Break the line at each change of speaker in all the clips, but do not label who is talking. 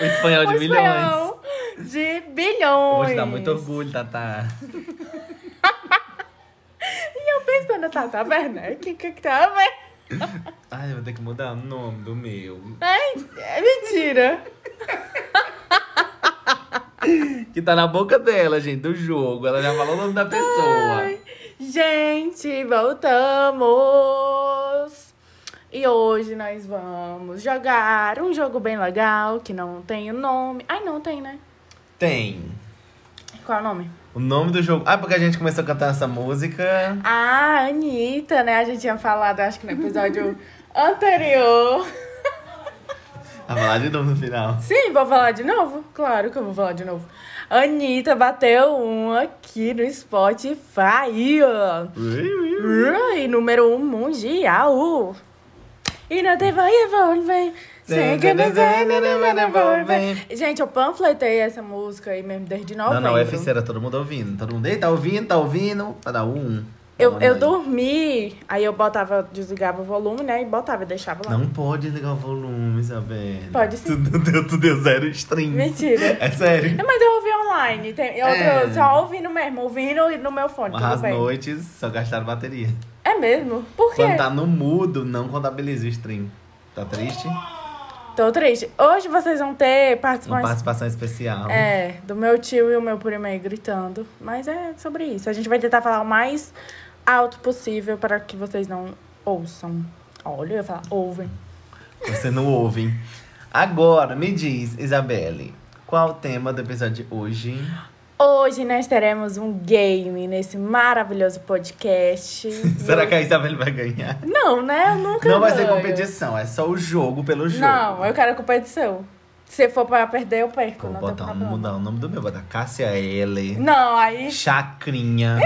O espanhol de
O
milhões.
espanhol De
Eu Vou
bilhões.
te dar muito orgulho, Tatá.
E eu pensando, tá, tá vendo? É que que que tá vendo?
Ai, eu vou ter que mudar o nome do meu.
Ai, é mentira.
Que tá na boca dela, gente, do jogo. Ela já falou o nome da pessoa.
Ai, gente, voltamos. E hoje nós vamos jogar um jogo bem legal que não tem o nome. Ai, não tem, né?
Tem.
Qual é o nome?
O nome do jogo. Ah, porque a gente começou a cantar essa música.
Ah, Anitta, né? A gente tinha falado, acho que no episódio anterior.
Vai falar de novo no final.
Sim, vou falar de novo? Claro que eu vou falar de novo. Anitta bateu um aqui no Spotify.
Ui, ui.
Ui, número um mundial. E não te vai envolver. sei que não vai, não te vai envolver. Gente, eu panfletei essa música aí mesmo desde
Não,
novembro.
não, é ficeira, todo mundo ouvindo. Todo mundo, ei, tá ouvindo, tá ouvindo. Pra dar um.
Eu,
Vamos
eu
aí.
dormi, aí eu botava, desligava o volume, né? E botava, e deixava lá.
Não pode ligar o volume, Isabela.
Pode sim.
Tu, deu, tu deu zero streams.
Mentira. Tá
É sério.
Não, Mas eu ouvi online. Tem, eu
É.
eu só ouvindo mesmo, ouvindo no meu fone,
Mas
tudo
as
bem.
noites só gastaram bateria.
É mesmo? Por quê?
Quando tá no mudo, não contabiliza o stream. Tá triste?
Tô triste. Hoje vocês vão ter
Uma
participantes.
participação especial.
É, do meu tio e o meu primo aí gritando. Mas é sobre isso. A gente vai tentar falar o mais alto possível para que vocês não ouçam. Olha, eu ia falar, ouvem.
Você não ouve. hein? Agora, me diz, Isabelle, qual o tema do episódio de hoje?
Hoje nós teremos um game nesse maravilhoso podcast.
Será que a Isabelle vai ganhar?
Não, né? Eu nunca
Não vai ser
ganho.
competição, é só o jogo pelo jogo.
Não, eu quero competição. Se for pra perder, eu perco.
Vou
não tem
botar, um-
problema.
mudar o nome do meu, botar Cássia L.
Não,
É
aí
Chacrinha.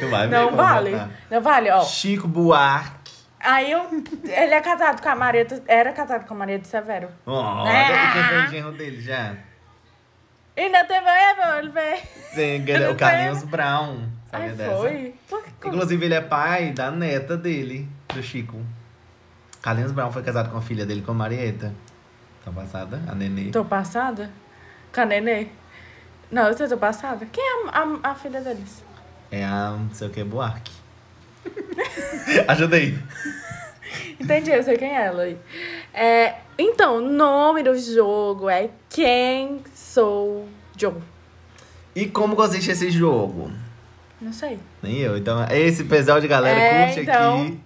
Tu vai ver
não
como
vale.
vai botar.
Não vale, ó.
Chico Buarque.
Aí eu, ele é casado com a Maria. do- Era casado com a Maria de Severo.
Olha,
Ah!
quem foi o genro dele já?
E não teve revolver.
Zenga, o Carlinhos Brown. Sabia
Aí
dessa?
foi. Por que-
Inclusive, ele é pai da neta dele, do Chico. Carlinhos Brown foi casado com a filha dele, com a Marieta. Tá passada? A Nenê.
Tô passada? Com a Nenê? Não, eu sei, tô passada. Quem é a, a- a filha deles?
É a não sei o que, Buarque. Ajudei.
Entendi, eu sei quem é ela aí. É, então, o nome do jogo é Quem Sou Joe.
E como consiste esse jogo?
Não sei.
Nem eu. Então, esse pessoal de galera,
É,
curte
então.
aqui.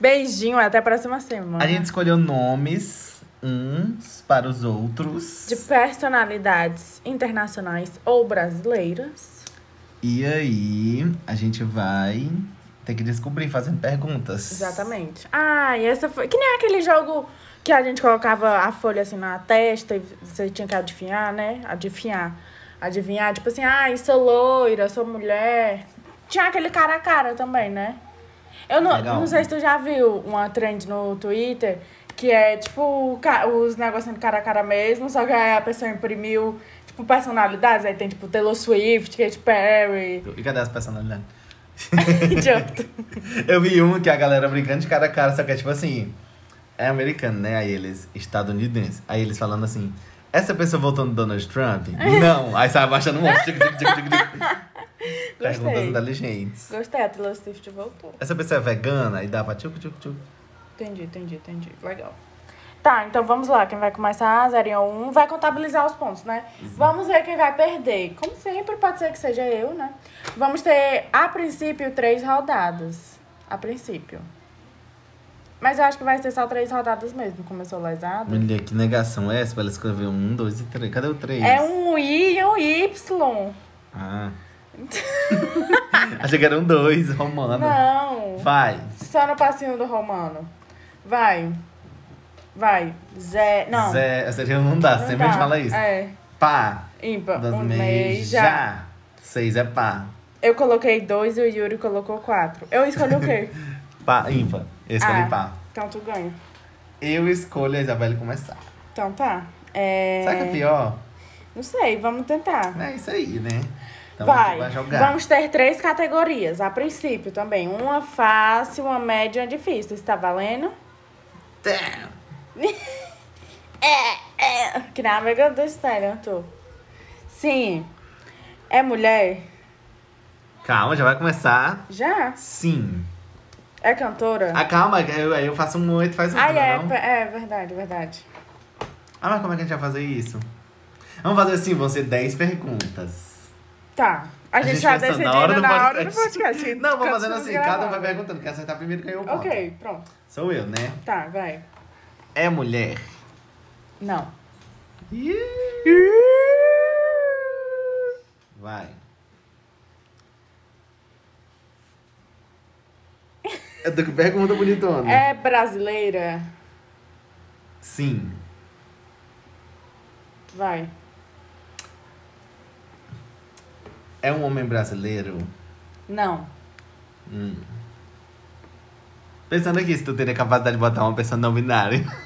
Beijinho, até a próxima semana.
A gente escolheu nomes uns para os outros.
De personalidades internacionais ou brasileiras.
E aí, a gente vai ter que descobrir fazendo perguntas.
Exatamente. Ah, e essa foi. Que nem aquele jogo que a gente colocava a folha assim na testa e você tinha que adivinhar, né? Adivinhar. Adivinhar, tipo assim, ah, sou loira, sou mulher. Tinha aquele cara a cara também, né? Eu não,
Legal.
não sei se tu já viu uma trend no Twitter que é tipo ca- os negocinhos cara a cara mesmo, só que aí a pessoa imprimiu, tipo, personalidades. Aí tem tipo Taylor Swift, Katy Perry,
E cadê as personalidades?
idiota.
Eu vi um que a galera brincando de cara a cara, só que é tipo assim. É americano, né? Aí eles, estadunidense. Aí eles falando assim: essa pessoa voltou no Donald Trump?
É.
Não. Aí sai abaixando um monte. tic, tic, tic, tic, tic. Perguntas
Gostei.
inteligentes.
Gostei, a Taylor Swift voltou.
Essa pessoa é vegana? E dá pra tchuc, tchuc, tchuc.
Entendi, entendi, entendi. Legal. Tá, então vamos lá. Quem vai começar, zerinha 1, vai contabilizar os pontos, né?
Uhum.
Vamos ver quem vai perder. Como sempre, pode ser que seja eu, né? Vamos ter, a princípio, três rodadas. A princípio. Mas eu acho que vai ser só três rodadas mesmo. Começou lesado.
Mulher, que negação é essa? Pra ela escrever um, dois e três. Cadê o três?
É um I e um Y.
Ah. Achei que era um dois, romano.
Não.
Vai.
Só no passinho do Romano. Vai. Vai. Zé. Não.
Zé, seria não dá,
Não
sempre a
dá.
gente fala isso.
É.
Pá.
Ímpar.
Das
um
meias
mês já.
já. Seis é pá.
Eu coloquei dois e o Yuri colocou quatro. Eu escolhi o quê?
Pá, ímpar. Eu escolhi
Ah.
pá.
Então tu ganha.
Eu escolho a Isabelle começar.
Então tá. É...
Sabe o que é pior?
Não sei, vamos tentar.
É isso aí, né? Então a
Vai.
gente vai jogar.
Vamos ter três categorias, a princípio também. Uma fácil, uma média e uma difícil. Está valendo?
Damn.
É, Que na amiga do Stanley, eu tô. Sim. É mulher?
Calma, já vai começar.
Já.
Sim.
É cantora?
Ah, calma, eu- aí eu faço um oito, faz um
Ah, é,
não?
é verdade, verdade.
Ah, mas como é que a gente vai fazer isso? Vamos fazer assim, vão ser 10 perguntas.
Tá. A, gente, já
vai só
decidiu na hora do podcast.
Não, vamos fazendo
Continuamos
assim, cada um vai
gravando.
perguntando. Quem acertar primeiro ganhou o ponto.
Ok, pronto.
Sou eu, né?
Tá, vai.
É mulher?
Não.
Ih. Vai. Eu tô com É pergunta bonitona.
É brasileira?
Sim.
Vai.
É um homem brasileiro?
Não.
Hum. Pensando aqui, se tu teria capacidade de botar uma pessoa não binária.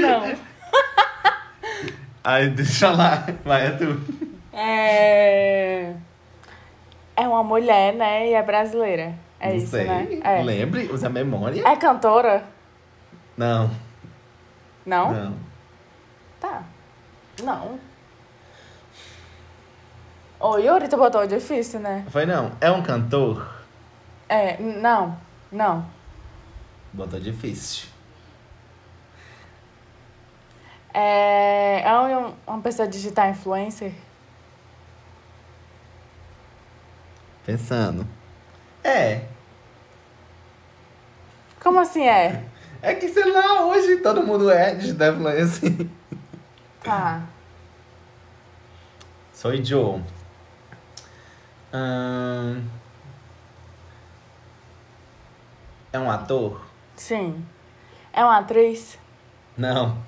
Não.
Aí, deixa lá. Vai, é tu.
É. É uma mulher, né? E é brasileira. É
Não
isso,
sei.
né? É.
Lembre, usa a memória.
É cantora?
Não,
Não?
não.
Tá. Não. Ô, Yuri, tu botou difícil, né?
Foi não. É um cantor?
É, n- não. Não.
Botou difícil.
É, é um- uma pessoa digital influencer?
Pensando. É.
Como assim é?
É que, sei lá, hoje todo mundo é digital influencer.
Tá.
Sou Joe. Ahn. É um ator?
Sim. É uma atriz?
Não.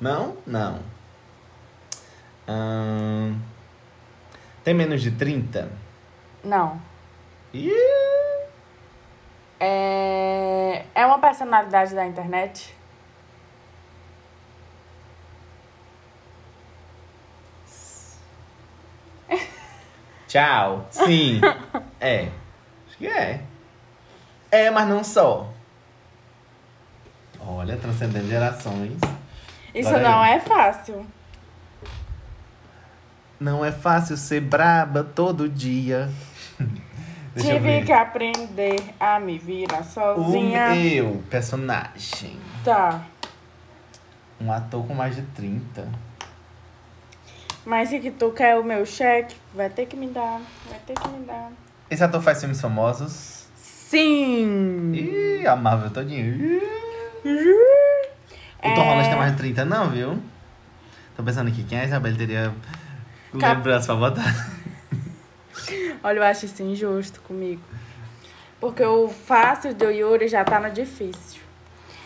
Não? Não. Ahn. Tem menos de 30?
Não.
Ih!
É, é uma personalidade da internet?
Tchau. Sim. é. Acho que é. É, mas não só. Olha, transcendendo gerações.
Isso
Bora
não
aí.
é fácil.
Não é fácil ser braba todo dia. Deixa eu
Tive
ver.
que aprender a me virar
Um
sozinha.
eu, personagem.
Tá.
Um ator com mais de 30.
Mas se que tu quer o meu cheque, vai ter que me dar. Vai ter que me dar.
Esse ator faz filmes famosos.
Sim!
Ih, a Marvel todinho. Ih. O Tom
É.
Holland tem mais de 30 não, viu? Tô pensando aqui, quem é a Isabelle teria
Cap-
lembrança pra botar?
Olha, eu acho isso injusto comigo. Porque o fácil do Yuri já tá no difícil.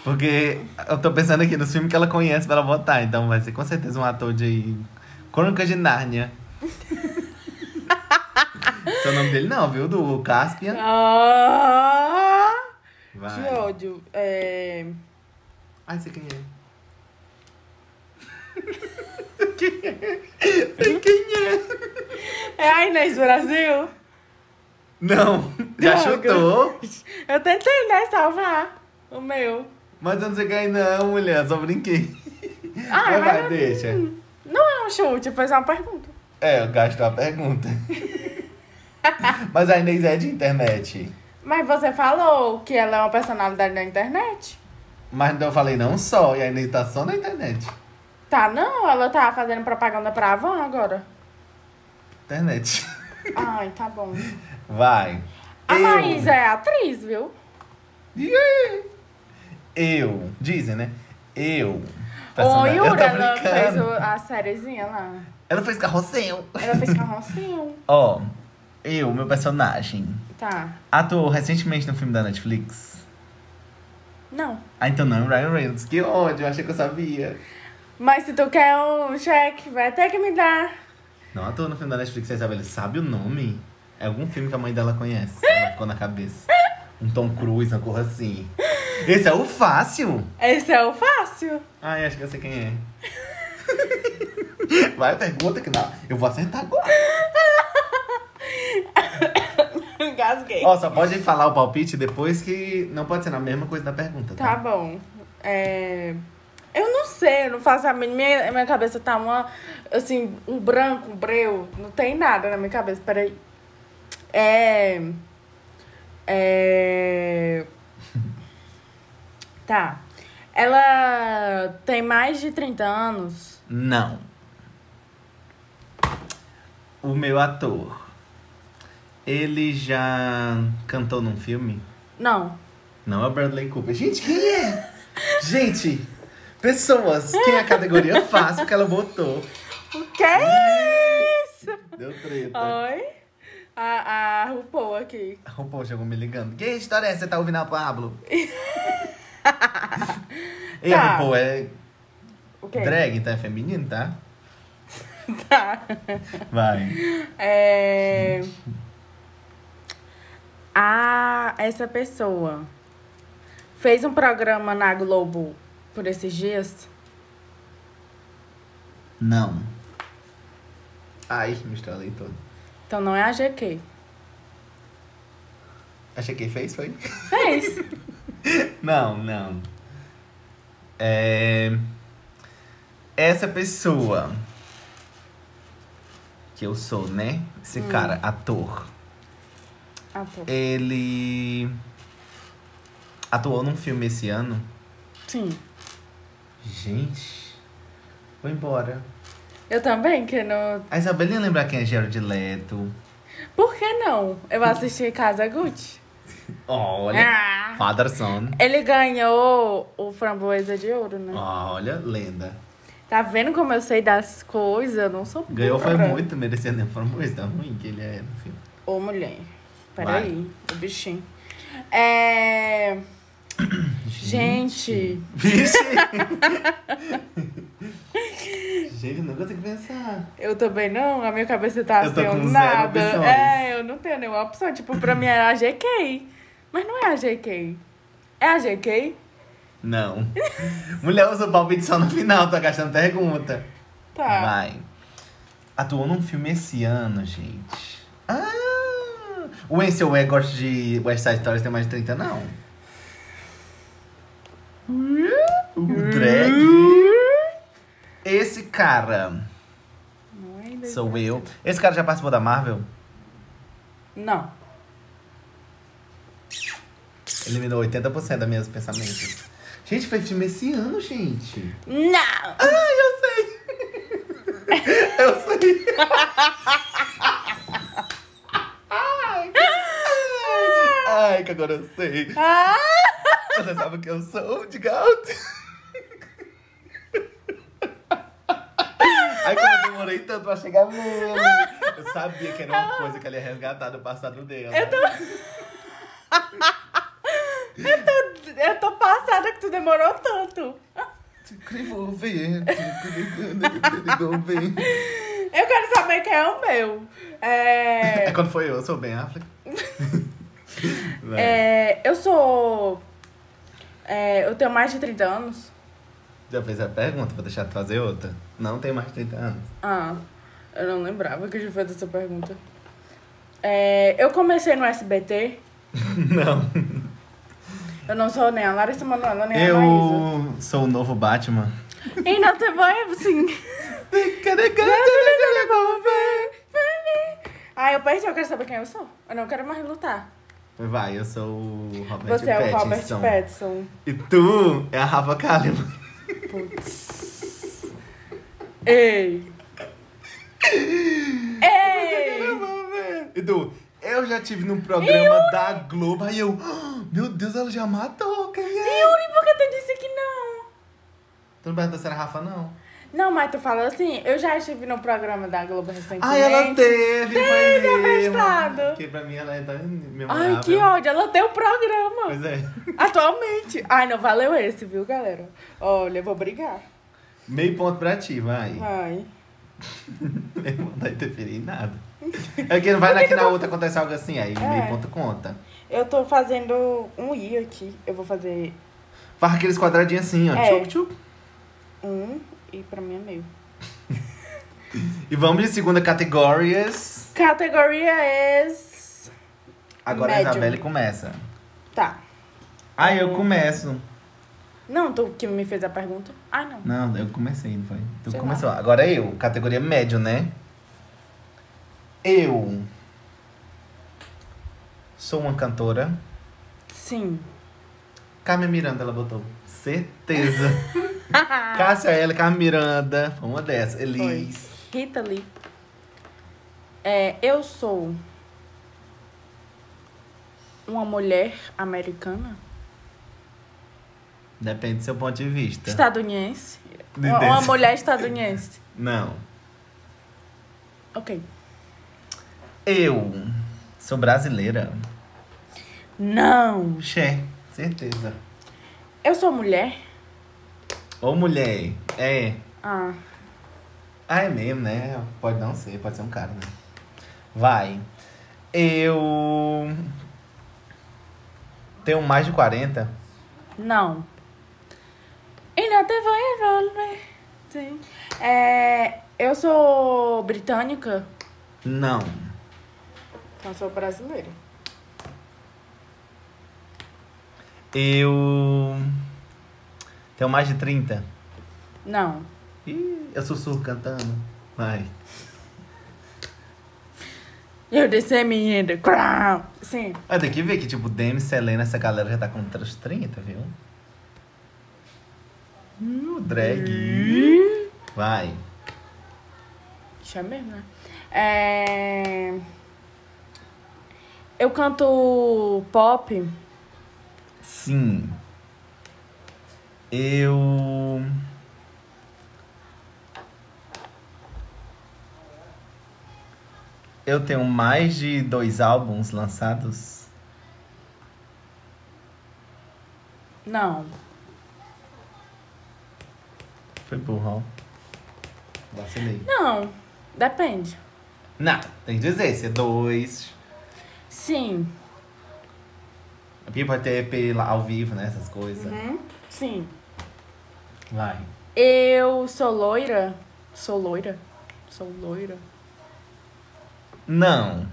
Porque eu tô pensando aqui nos filmes que ela conhece pra ela botar. Então vai ser com certeza um ator de Crônica de Nárnia. Seu nome dele não, viu? Do Caspian.
Ah! Que
Vai.
ódio. É...
Ai, você quem é? é?
é a Inês do Brasil?
Não, já
Droga.
chutou.
Eu tentei, né, salvar o meu.
Mas eu não sei quem é não, mulher. Só brinquei.
Ah, mas
Vai, vai,
não-
deixa.
Não é um chute, pois é uma pergunta.
É, eu gasto a pergunta. Mas a Inês é de internet.
Mas você falou que ela é uma personalidade da internet?
Mas então eu falei não só, e a Inês tá só na internet.
Tá, não, ela tá fazendo propaganda pra Avan agora.
Internet.
Ai, tá bom.
Vai.
A
eu.
Maísa é atriz, viu?
Eu. Dizem, né? Eu.
Ô,
Personagem- Eu
Yura,
tô
ela fez
brincando.
o- a sériezinha lá.
Ela fez carrossel.
Ela fez carrocinho.
Ó, eu, meu personagem.
Tá.
Atuou recentemente no filme da Netflix.
Não.
Ah, então não, é o Ryan Reynolds. Que ódio, eu achei que eu sabia.
Mas se tu quer um cheque, vai ter que me dar.
Não atuou no filme da Netflix, a Isabela sabe o nome? É algum filme que a mãe dela conhece. Ela ficou na cabeça. Um Tom Cruise, uma cor assim. Esse é o fácil. Ah,
Esse é o fácil.
Ai, acho que eu sei quem é. Vai, pergunta que não. Eu vou acertar agora.
Engasguei.
Ó, só pode falar o palpite depois que não pode ser a mesma coisa da pergunta,
Tá
tá?
bom. É, Eu não sei, eu não faço a mínima. Minha, minha cabeça tá uma. Assim, um branco, um breu. Não tem nada na minha cabeça. Peraí. É. É. Tá. Ela tem mais de 30 anos.
Não. O meu ator. Ele já cantou num filme?
Não.
Não é o Bradley Cooper. Gente, quem é? Gente, pessoas, quem é a categoria fácil que ela botou?
O que é isso?
Deu treta.
Oi? A, a RuPaul aqui.
O povo chegou me ligando. Que história é essa? Você tá ouvindo a Pablo? E
Tá.
a RuPaul é
O quê?
drag, tá? É feminino, tá?
Tá.
Vai.
É. A, essa pessoa fez um programa na Globo por esses dias.
Não. Ai, me estralei todo.
Então não é a GQ.
Achei que fez, foi?
Fez.
Não, não. É... Essa pessoa que eu sou, né? Esse cara, ator.
Ah, tô.
Ele atuou num filme esse ano.
Sim.
Gente, vou embora.
Eu também, que não.
A Isabelinha lembrar quem é Gerard Leto.
Por que não? Eu assisti Casa Gucci.
Olha,
Ah.
Father Son.
Ele ganhou o Framboesa de Ouro, né?
Ah. Olha, lenda.
Tá vendo como eu sei das coisas? Eu não sou
Ganhou foi
burra.
muito, merecendo nem foi muito. Tá ruim que ele é no filme.
Ô, mulher. Peraí, o bichinho. É. Gente.
Vixe! Gente, eu não consigo pensar.
Eu também não, a minha cabeça tá
Eu
assim,
tô com
eu
zero
nada.
opções.
É, eu não tenho nenhuma opção. Tipo, pra mim era a GK. Mas não é a GK. É a GK?
Não. Mulher usa o palpite só no final, tá gastando pergunta.
Tá.
Vai. Atuou num filme esse ano, gente. Ah! O Ansel Ware gosta de West Side Stories tem mais de 30, não? O drag. Esse cara
Não é ainda.
sou eu. Esse cara já participou da Marvel?
Não.
Eliminou 80% dos meus pensamentos. Gente, foi filme esse ano, gente.
Não!
Eu sei. Ai, que agora eu sei.
Ah!
Você sabe que eu sou de gato. Aí quando eu demorei tanto pra chegar nele, eu sabia que era uma coisa que ele ia resgatar do passado dele. Eu tô...
Eu tô passada que tu demorou tanto.
Incrível ver. um Incrível ver.
Eu quero saber quem é o meu. É.
É quando foi eu, eu sou bem África. Vai.
é, eu sou. é, eu tenho mais de 30 anos.
Já fez a pergunta, vou deixar tu fazer outra. Não tem mais de 30 anos.
Ah, eu não lembrava que eu já fiz essa pergunta. É, eu comecei no SBT.
Não.
Eu não sou nem a Larissa Manoela, nem a Maísa.
Eu sou o novo Batman.
E não te vai, assim. Ah, eu perdi, eu quero saber quem eu sou. Eu não quero mais lutar.
Vai, eu sou o Robert
Você é o Robert
Pattinson.
Pattinson.
E tu é a Rafa Kalimann.
Ei! Ei!
E tu, eu já tive num programa da Globo, aí eu... "Ah, Meu Deus, ela já matou, quem é?
Yuri, por que tu disse que não?
Tu não perguntou se era Rafa, não?
Não, mas tu falou assim, eu já estive no programa da Globo recentemente.
Ah, ela teve,
Teve,
foi mesmo.
abestado.
Porque pra mim ela é tão memorável.
Ai, que ódio, ela tem o programa.
Pois é.
Atualmente. Ai, não valeu esse, viu, galera? Olha, eu vou brigar.
Meio ponto pra ti, vai.
Ai.
Meu irmão não vai interferir em nada. É que não vai daqui na outra acontece algo assim, aí meio ponto conta.
Eu tô fazendo um i aqui. Eu vou fazer
Faz aqueles É. quadradinhos assim, ó.
É.
Tchuc, tchuc.
um e pra mim é meio.
E vamos de segunda categorias.
Categoria é.
Agora
Médium.
a Isabelle começa.
Tá.
Ah, eu começo.
Não, tu que me fez a pergunta. Ai, não.
Não, eu comecei, não foi? Tu
Sei
começou. Agora é eu, categoria médio, né? Eu sou uma cantora.
Sim.
Carmen Miranda, ela botou. Certeza. Cássia Ela, Carmen Miranda. foi Uma dessas. Elis.
Rita Lee. É, eu sou uma mulher americana,
Depende do seu ponto de vista.
estadunidense.
De
Uma, uma
dentro.
mulher estadunidense.
Não.
Ok.
Eu sou brasileira.
Não.
Xé. Certeza.
Eu sou mulher?
Ou mulher. É.
Ah.
Ah, é mesmo, né? Pode não ser, pode ser um cara, né? Vai. Eu. Tenho mais de 40.
Não. Ainda te vai enrolar. Sim. É, eu sou britânica.
Não.
Então sou brasileira.
Eu. Tenho mais de 30.
Não.
Ih, eu sussurro cantando. Vai.
Eu "É desci me in the crowd. Sim.
Ah, tem que ver que, tipo, Demi, Selena, essa galera já tá com uns 30, viu? Hum, drag. Vai.
Isso é mesmo, né? É... Eu canto pop.
Sim. Eu. Eu tenho mais de dois álbuns lançados.
Não.
Foi burro. ó. Vacilei.
Não. Depende.
Não, tem que dizer, se é dois.
Sim.
Porque pode ter EP lá ao vivo, né? Essas coisas.
Hum? Sim.
Vai.
Eu sou loira. Sou loira. Sou loira.
Não.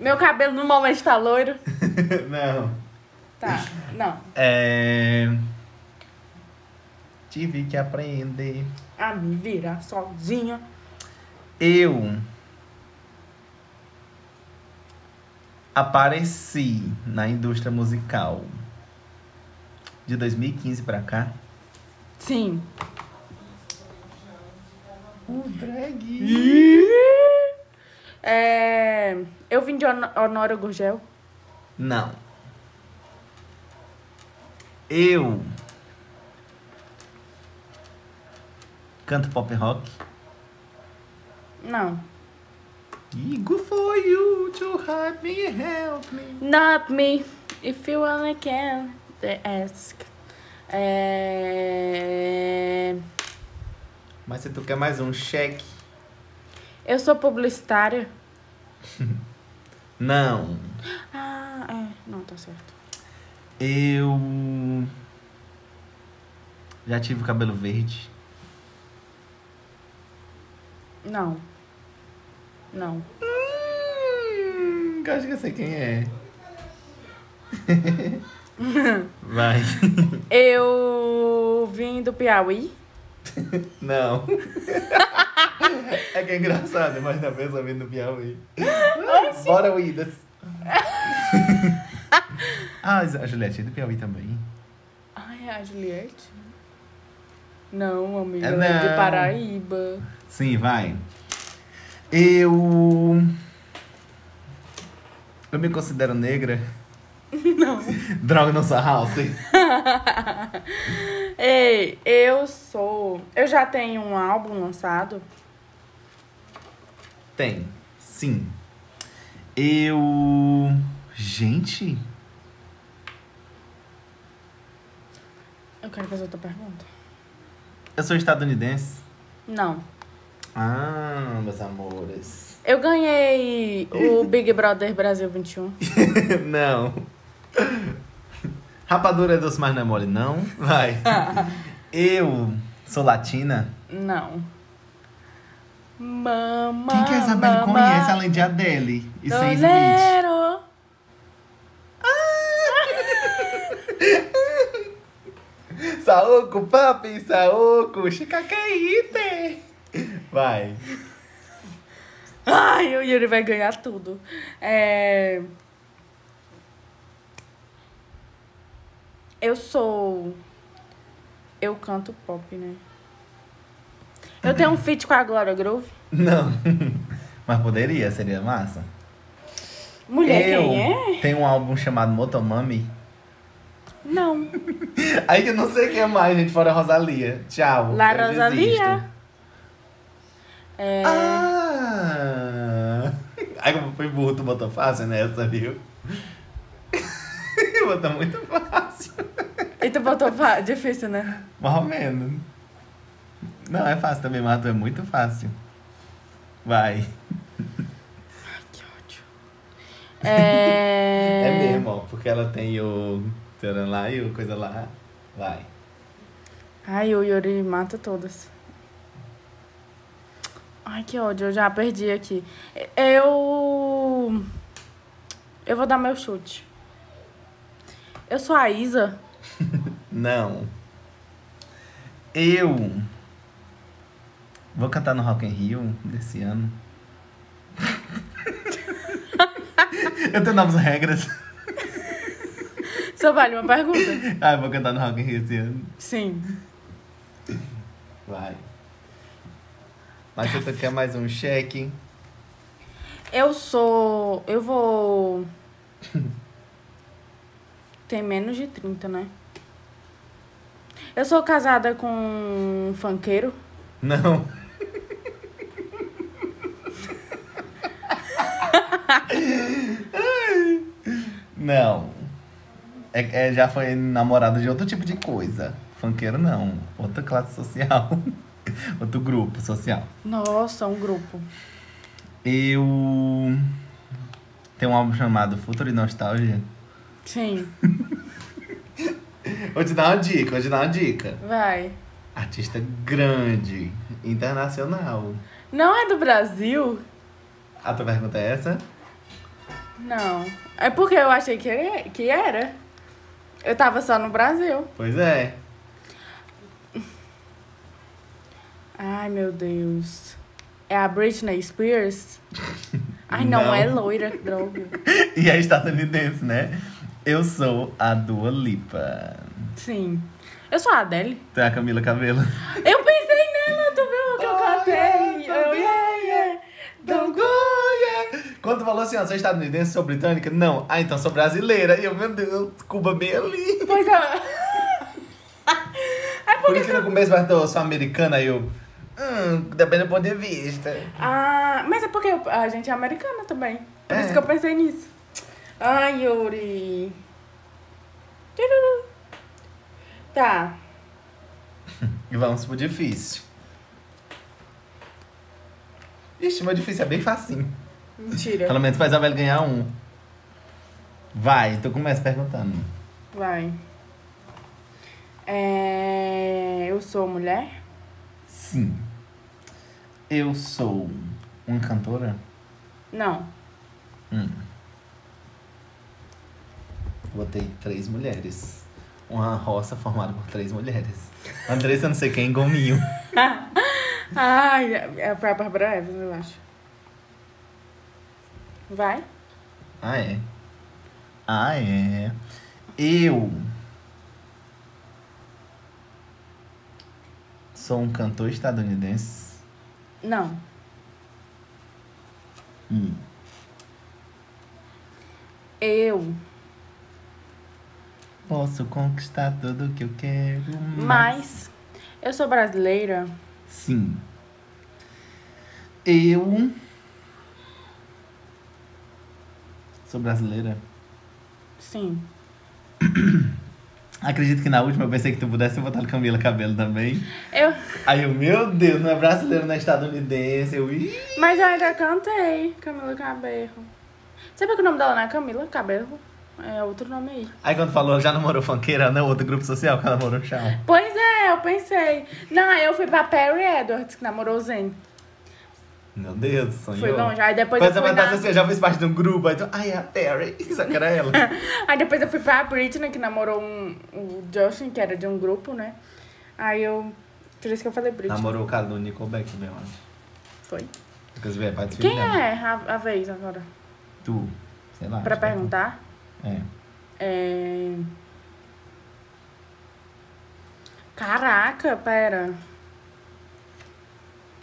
Meu cabelo no momento tá loiro.
Não.
Tá. Não.
É. Tive que aprender.
A Ah, me virar sozinha.
Eu apareci na indústria musical de 2015 pra cá.
Sim.
O drag.
Ih! É... Eu vim de Hon- Honora Gurgel.
Não. Eu canto pop rock.
Não.
Igo for you to help me, help me.
Not me. If you wanna can, they ask. É...
Mas se tu quer mais um cheque?
Eu sou publicitária.
Não.
Ah, é. Não, tá certo.
Eu já tive cabelo verde.
Não. Não.
Hum, acho que eu sei quem é. Vai.
Eu vim do Piauí.
Não. é que é engraçado, mas na mesma vindo do Piauí. Bora, Widas. ah, a Juliette é do Piauí também.
Ai, é a Juliette? Não, amiga.
É,
eu vim de
não.
Paraíba.
Sim, vai. Eu. Eu me considero negra.
Não.
Droga, não sou house.
Ei, eu sou. Eu já tenho um álbum lançado.
Tem. Sim. Eu. Gente.
Eu quero fazer outra pergunta.
Eu sou estadunidense.
Não.
Ah, meus amores.
Eu ganhei o Big Brother Brasil 21.
não. Rapadura é doce, mas não é mole, não? Vai. Eu sou latina.
Não. Mama.
Quem que a Isabelle
mama,
conhece além de Adele e Sam Smith?
Dolero.
Saoko, papi, Saoko, chicacaíte. Vai.
Ai, o Yuri vai ganhar tudo. É... Eu sou. Eu canto pop, né? Eu tenho um feat com a Glória Groove.
Não. Mas poderia, seria massa.
Mulher,
eu
quem é?
tenho um álbum chamado Motomami.
Não.
Aí que eu não sei o que é mais, gente, fora a Rosalia. Tchau.
La
eu
Rosalia.
desisto.
É...
Ah! Ai, como foi burro, tu botou fácil nessa, viu? botou muito fácil.
E tu então botou fa- difícil, né?
Mais ou menos. Não, é fácil também, Mato, é muito fácil. Vai.
Que ódio. É...
É, mesmo, ó, porque ela tem o. Tcharam lá e o coisa lá. Vai.
Ai, o Yuri mata todas. Ai, que ódio, eu já perdi aqui. Eu. Eu vou dar meu chute. Eu sou a Isa.
Não. Eu vou cantar no Rock in Rio desse ano. Eu tenho novas regras.
Só vale uma pergunta?
Ah, eu vou cantar no Rock in Rio esse ano.
Sim.
Vai. Mas você quer mais um cheque?
Eu sou. Eu vou. Tem menos de 30, né? Eu sou casada com um funkeiro.
Não. não. É, é- já foi namorado de outro tipo de coisa. Funkeiro não. Outra classe social. outro grupo social.
Nossa, um grupo.
Eu. Tem um álbum chamado Futuro e Nostalgia.
Sim,
Vou te dar uma dica, vou te dar uma dica.
vai.
Artista grande, internacional.
Não é do Brasil?
A tua pergunta é essa?
Não. É porque eu achei que, é- que era. Eu tava só no Brasil.
Pois é.
Ai, meu Deus. É a Britney Spears? Ai, não,
Não.
é loira, droga.
E é estadunidense, né? Eu sou a Dua Lipa.
Sim. Eu sou a Adele.
Tem a Camila Cabelo.
Eu pensei nela, tu viu o que eu
Oh,
cantei?
yeah,
Eu, yeah, yeah.
Don't go, yeah. Quando tu falou assim, ó, sou estadunidense, sou britânica? Não. Ah, então sou brasileira. E eu, meu Deus, Cuba bem ali.
Pois é. É
Por
porque.
isso que no começo eu falei, eu sou americana, aí eu... Hum, depende do ponto de vista.
Ah, mas é porque eu- a gente é americana também. Por
É.
isso que eu pensei nisso. Ai, Yuri. Tá.
E vamos pro difícil. Ixi, meu difícil é bem facinho.
Mentira.
Pelo menos pra Isabel ganhar um. Vai, tu começa perguntando.
Vai. É, Eu sou mulher?
Sim. Eu sou uma cantora?
Não.
Botei três mulheres. Uma roça formada por três mulheres. Andressa não sei quem, Gominho.
Ai, é pra Bárbara Evans, eu acho. Vai?
Ah, é. Ah, é. Eu... Sou um cantor estadunidense.
Não.
Hum.
Eu.
Hum. Posso conquistar tudo que eu quero.
Mas eu sou brasileira.
Sim. Eu. Sou brasileira.
Sim.
Acredito que na última eu pensei que tu pudesse botar o Camila Cabelo também.
Eu.
Aí eu, meu Deus, não é brasileiro, não é estadunidense. Eu, ih.
Mas eu ainda cantei, Camila Cabello. Sabe que o nome dela não é Camila Cabello? É outro nome aí.
Aí quando falou, já namorou funkeira, não, né? outro grupo social que ela namorou, tchau.
Pois é, eu pensei. Não, aí eu fui pra Perry Edwards, que namorou o Zen.
Meu Deus, sonhou.
Fui longe. Aí depois
Mas
eu fui
vai dar
na...
assim, eu já fiz parte de um grupo, aí tu, ai, é a Terry, isso aqui era ela.
Aí depois eu fui pra Britney, que namorou um, o Justin, que era de um grupo, né? Aí eu. Por isso que eu falei Britney.
Namorou o cara do Nickelback também, eu acho.
Foi.
Porque é pai dos filhos
Quem
dela.
é a, a vez agora?
Tu, sei lá.
Pra
acho que é tu.
perguntar?
É.
É. Caraca, pera.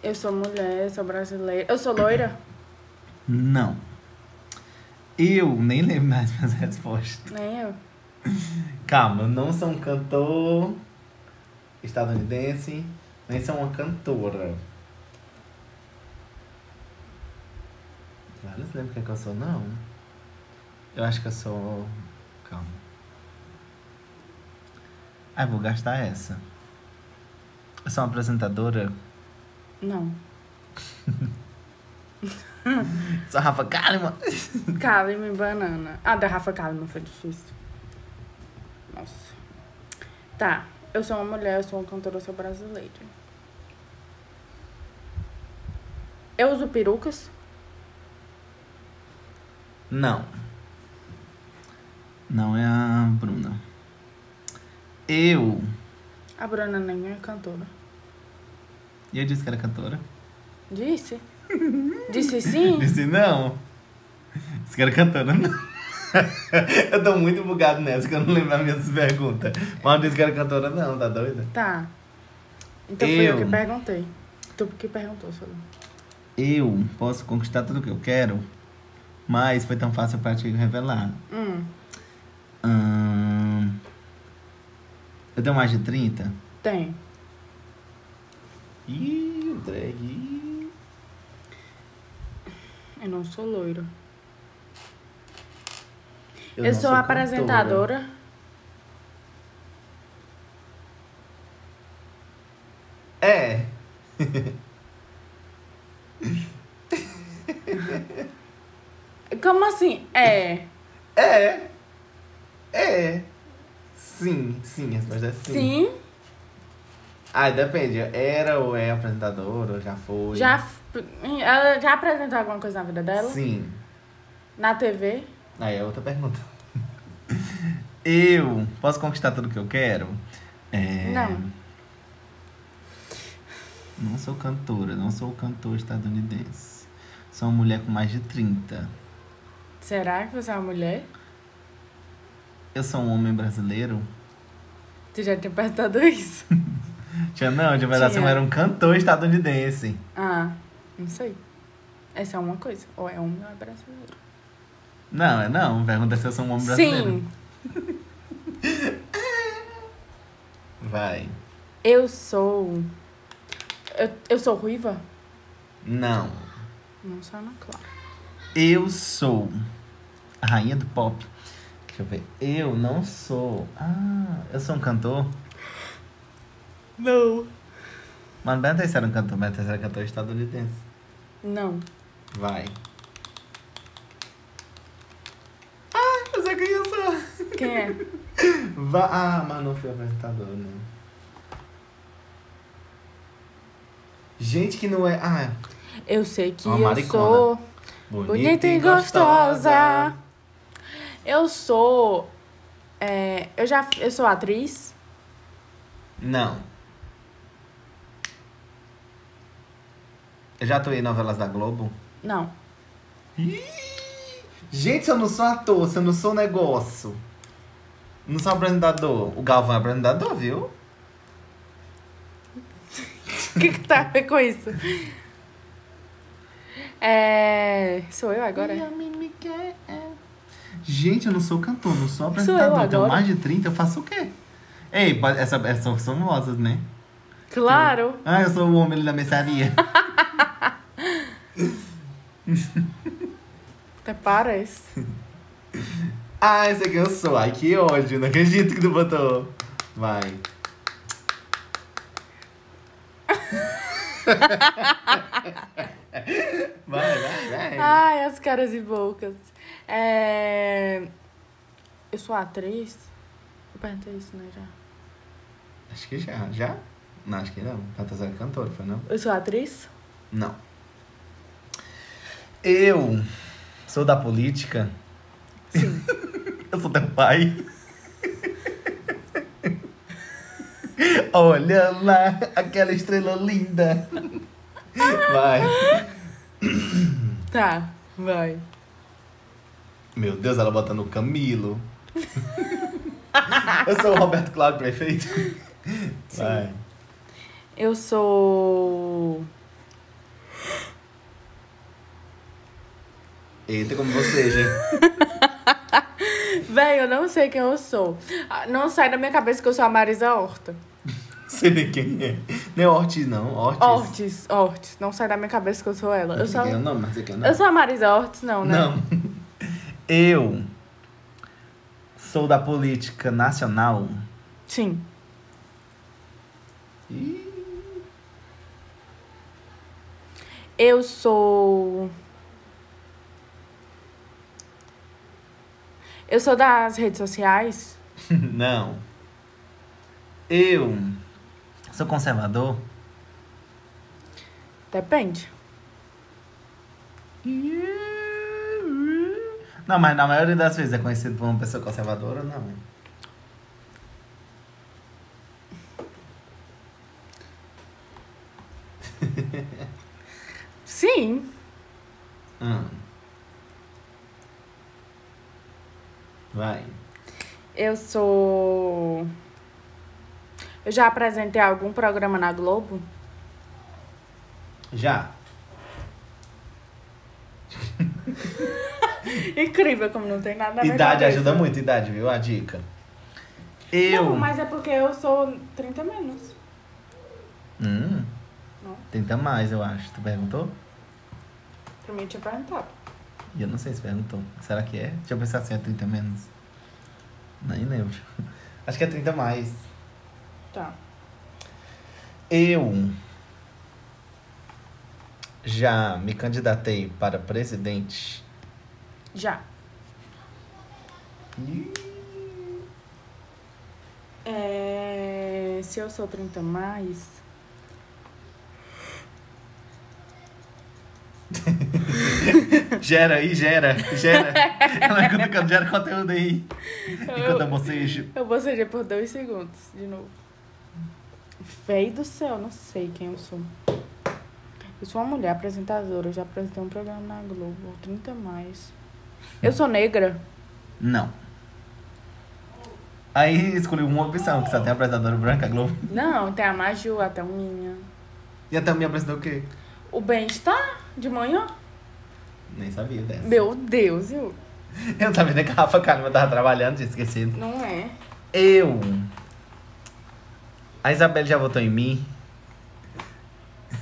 Eu sou mulher, sou brasileira. Eu sou loira?
Não. Eu nem lembro mais minhas respostas.
Nem eu.
Calma, eu não sou um cantor estadunidense, nem sou uma cantora. Vários lembram quem é que eu sou, não. Eu acho que eu sou. Calma. Ah, eu vou gastar essa. Eu sou uma apresentadora.
Não.
Sou a Rafa Kalimann.
Cálima e banana. Ah, da Rafa Cálima foi difícil. Nossa. Tá. Eu sou uma mulher, eu sou uma cantora, eu sou brasileira. Eu uso perucas?
Não. Não é a Bruna. Eu.
A Bruna nem é cantora.
E eu disse que era cantora?
Disse? Disse sim?
Disse não. Disse que era cantora, não. eu tô muito bugado nessa, que eu não lembro as minhas perguntas. Mas eu disse que era cantora, não, tá doida?
Tá. Então fui eu
Eu.
que perguntei. Tu que perguntou, Solon.
Eu posso conquistar tudo que eu quero, mas foi tão fácil pra te revelar.
Hum,
Hum, eu tenho mais de 30?
tem.
Ih, o drag. ih.
Eu não sou loira. Eu,
não
sou,
cantora.
apresentadora.
É.
Como assim? É.
É. É. Sim, sim, a resposta é sim.
Sim.
Ah, depende. Era ou é apresentadora, ou já foi.
Já, f- ela já apresentou alguma coisa na vida dela?
Sim.
Na TV?
Aí é outra pergunta. Eu posso conquistar tudo que eu quero? É...
Não.
Não sou cantora, não sou cantor estadunidense. Sou uma mulher com mais de 30.
Será que você é uma mulher?
Eu sou um homem brasileiro?
Tu já tinha perguntado isso?
Tinha não, de verdade, eu
Tinha.
era um cantor estadunidense.
ah, não sei. Essa é uma coisa. Ou é homem ou é brasileiro.
Não, é não. Pergunta se eu sou um homem brasileiro.
Sim,
Vai.
eu sou. Eu, eu sou ruiva?
Não.
Não sou Ana Clara.
Eu sou a rainha do pop. Deixa eu ver. Eu não sou. Ah, eu sou um cantor.
Não.
Mano, Ben Teixeira era um cantor. Ben Teixeira era cantor estadunidense.
Não.
Vai. Ah, eu sei quem eu sou.
Quem é?
Va ah, mas não fui apresentador, né? Gente que não é. Ah,
Eu sei que
É Uma
eu
maricona.
sou bonita e gostosa. Eu sou. é, eu já. Eu sou atriz.
Não. Eu já atuei em novelas da Globo.
Não.
Gente, se eu não sou ator, se eu não sou um negócio. Não sou apresentador. O Galvão é apresentador, viu?
O que, que tá a ver com isso? É. Sou eu agora?
Gente, eu não sou cantor, não sou
eu
apresentador. Tenho
agora.
mais de 30, eu faço o quê? Ei, pa- essa, essas são famosas, né?
Claro!
Ah, eu sou o homem da messaria.
Até parece.
ah, esse aqui eu sou. Ai, que ódio. Não acredito que tu botou. Vai. vai, vai, vai.
Ai, as caras e bocas. É. Eu sou atriz? Eu perguntei isso, né? Já.
Acho que Tá já. Já? Não, acho que não. Fantasia cantora, foi não?
Eu sou atriz?
Não. Eu sou da política.
Sim.
Eu sou teu pai. Olha lá, aquela estrela linda. Vai.
Tá, vai.
Meu Deus, ela bota no Camilo. Eu sou o Roberto Cláudio, prefeito. Vai.
Eu sou.
Eita, como você, gente.
Véi, eu não sei quem eu sou. Ah, Não sai da minha cabeça que eu sou a Marisa Horta.
Sei nem quem é. Nem Ortiz, não. Ortiz.
Hortes, Hortes. Não sai da minha cabeça que eu sou ela. Eu
Não
sou,
sei quem é, não, mas sei quem é, não.
eu sou a Marisa Hortes, não, né?
Não. Eu sou da política nacional.
Sim.
Ih,
Eu sou. Eu sou das redes sociais?
Não. Eu sou conservador.
Depende.
Não, mas na maioria das vezes é conhecido por uma pessoa conservadora, não. né?
Sim.
Hum. Vai.
Eu sou. Eu já apresentei algum programa na Globo?
Já.
Incrível, como não tem nada a ver com a
idade
cabeça.
ajuda muito, idade, viu? A dica. Eu.
Não, mas é porque eu sou 30 menos.
Hum.
Não.
Tenta mais, eu acho. Tu perguntou?
Pra mim, eu tinha perguntado.
E eu não sei se perguntou. Será que é? Deixa eu pensar assim, é 30 menos. Nem lembro. Acho que é 30 mais.
Tá.
Eu já me candidatei para presidente.
Já. É, Se eu sou 30 mais.
Gera aí, gera, gera. Ela quando- quando gera conteúdo aí. Enquanto eu
Eu,
bocejo.
eu vou ceder por dois segundos, de novo. Véi do céu, não sei quem eu sou. Eu sou uma mulher apresentadora, eu já apresentei um programa na Globo, 30 mais. Eu sou negra?
Não. Aí escolhi uma opção, que só tem apresentadora branca, Globo. Não,
Não, tem a Maju, a Thelminha.
E até me apresentou o quê?
O bem-estar de manhã?
Nem sabia dessa.
Meu Deus, eu...
Eu não sabia nem que a Rafa Kalima tava trabalhando, tinha esquecido.
não é?
Eu. A Isabelle já votou em mim.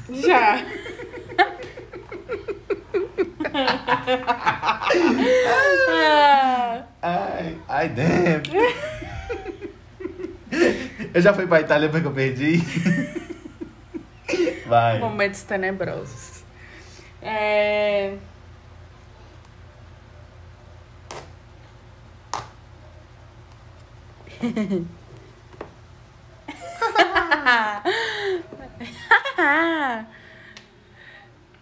Já. Ah,
Ai, ai, damn. eu já fui pra Itália porque eu perdi. Vai.
momentos tenebrosos. É...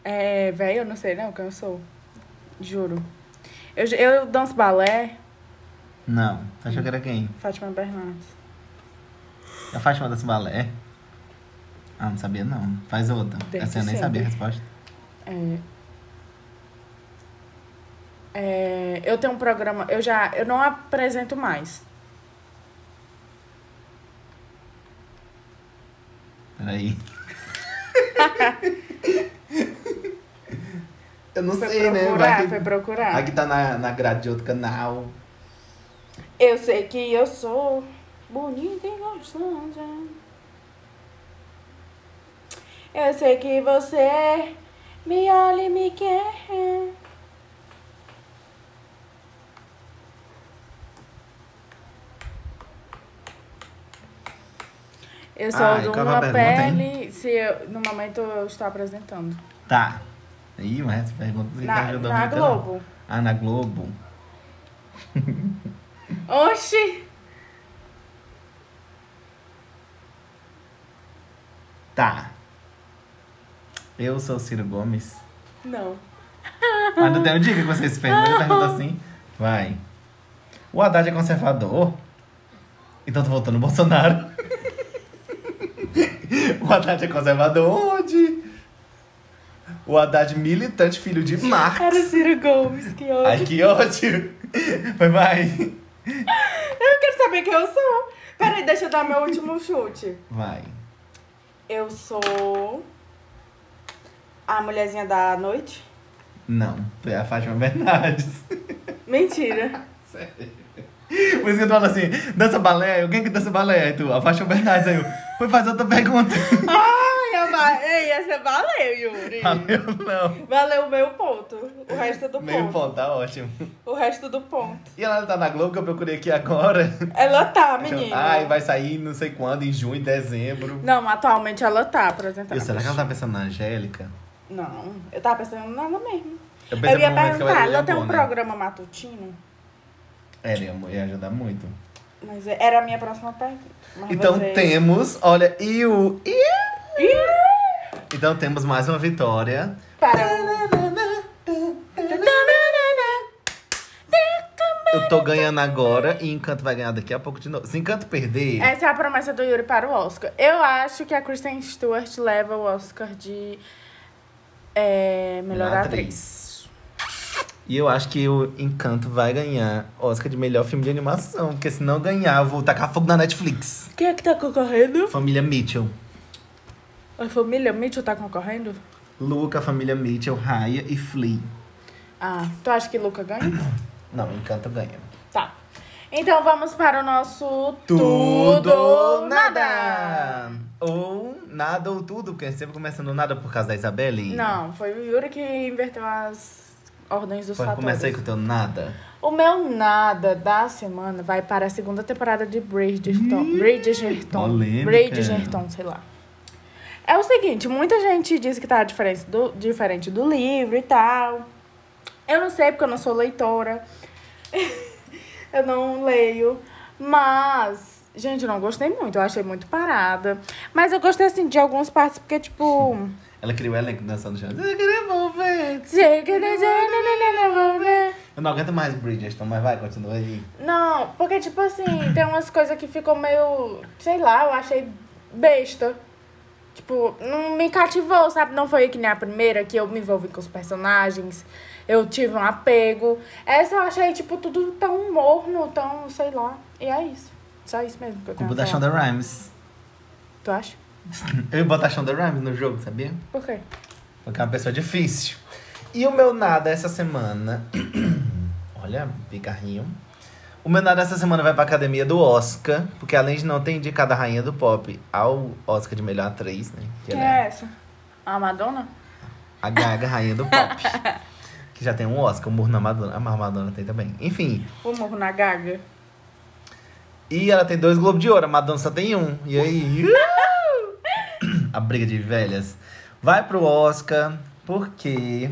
é, velho, eu não sei não quem eu sou. Juro. Eu, eu danço balé,
Não, achou que era quem?
Fátima Bernardes.
A Fátima desse balé. Ah, não sabia não. Faz outra.
Desde
Essa eu nem
sempre.
sabia a resposta.
É. É, eu tenho um programa, eu já, eu não apresento mais.
Peraí. eu não
Foi
sei, né?
procurar,
Vai que-
foi procurar.
Aqui tá na, na grade de outro canal.
Eu sei que eu sou bonita e gostosa. Eu sei que você é, me olha e me quer. Eu sou
Ai,
de
qual é a
uma
pergunta, hein?
pele, se eu- no momento eu estou apresentando.
Tá. Ih, mas essa pergunta você
Na,
ajudou
na
muito. não.
Globo.
Ah, na Globo.
Oxi!
Tá. Eu sou o Ciro Gomes.
Não.
Mas não tem dica que vocês pensam. Ele pergunta assim. Vai. O Haddad é conservador? Então tô voltando no Bolsonaro. o Haddad é conservador onde? O Haddad militante, filho de Marx.
Era o Ciro Gomes, que ódio.
Ai, que ódio. Vai, vai.
Eu quero saber quem eu sou. Peraí, deixa eu dar meu último chute.
Vai.
Eu sou. A mulherzinha da noite?
Não, tu é a Fátima Bernardes.
Mentira.
Sério. Por isso que tu fala assim, dança balé? Alguém que dança balé? Aí tu, a Fátima Bernardes. Aí eu, foi fazer outra pergunta.
Ai, eu va- Ei, essa valeu, Yuri.
Valeu, não.
Valeu o meu ponto. O resto é do
Meio
ponto.
ponto, tá ótimo.
O resto do ponto.
E ela tá na Globo que eu procurei aqui agora.
Ela tá, menina.
Ai, vai sair não sei quando, em junho, dezembro.
Não, atualmente ela tá apresentada.
Eu, será que ela tá pensando na Angélica?
Não, eu tava pensando nela mesmo.
Eu,
Eu
pensei
ia
por um momento que
perguntar,
ia
ela tem um
pôr, né?
programa matutino?
É, Ela ia, ia ajudar muito.
Mas era a minha próxima pergunta. Mas
Então
você-
temos, olha, e o... e-
Ih,
Então temos mais uma vitória.
para.
Eu tô ganhando agora e Encanto vai ganhar daqui a pouco de novo. Se Encanto perder,
Essa é a promessa do Yuri para o Oscar. Eu acho que a Kristen Stewart leva o Oscar de é, melhor
Melhor
atriz.
e eu acho que o Encanto vai ganhar Oscar de melhor filme de animação. Porque se não ganhar, eu vou tacar fogo na Netflix.
Quem é que tá concorrendo?
Família Mitchell.
A família Mitchell tá concorrendo?
Luca, Família Mitchell, Raya e Flea.
Ah, tu acha que Luca ganha?
Não, Encanto ganha.
Tá. Então vamos para o nosso
Tudo
ou
ou nada! Ou nada ou tudo, porque é sempre começa no nada por causa da Isabelle.
Não, foi o Yuri que inverteu as ordens dos
Pode
fatores.
começar aí com o teu nada.
O meu nada da semana vai para a segunda temporada de Bridgerton. Bridgerton.
polêmica.
Bridgerton, sei lá. É o seguinte, muita gente diz que tá diferente do, diferente do livro e tal. Eu não sei porque eu não sou leitora. eu não leio. Mas, gente, eu não gostei muito. Eu achei muito parada. Mas eu gostei, assim, de algumas partes, porque, tipo.
Ela criou o elenco dançando já. Eu queria volver.
né,
Eu não aguento mais Bridgerton, mas vai, continua aí.
Não, porque, tipo assim, tem umas coisas que ficou meio. Sei lá, eu achei besta. Tipo, não me cativou, sabe? Não foi que nem a primeira que eu me envolvi com os personagens. Eu tive um apego. Essa eu achei, tipo, tudo tão morno, tão, sei lá. E é isso. Só isso mesmo que eu tenho.
Cubo
a
da
falar.
Shonda Rhimes.
Tu acha?
Eu ia botar a Shonda Rhimes no jogo, sabia?
Por quê?
Porque é uma pessoa difícil. E o meu nada essa semana. Olha, picarrinho. O meu nada essa semana vai pra academia do Oscar, porque além de não ter indicado a rainha do pop ao Oscar de melhor atriz, né? Que
Quem
ela é
é essa? A Madonna?
a Gaga, rainha do pop. que já tem um Oscar, o Murro na Madonna. A Madonna tem também. Enfim.
O Morro na Gaga?
E ela tem dois Globos de Ouro, a Madonna só tem um. E aí. uh! a briga de velhas. Vai pro Oscar, porque.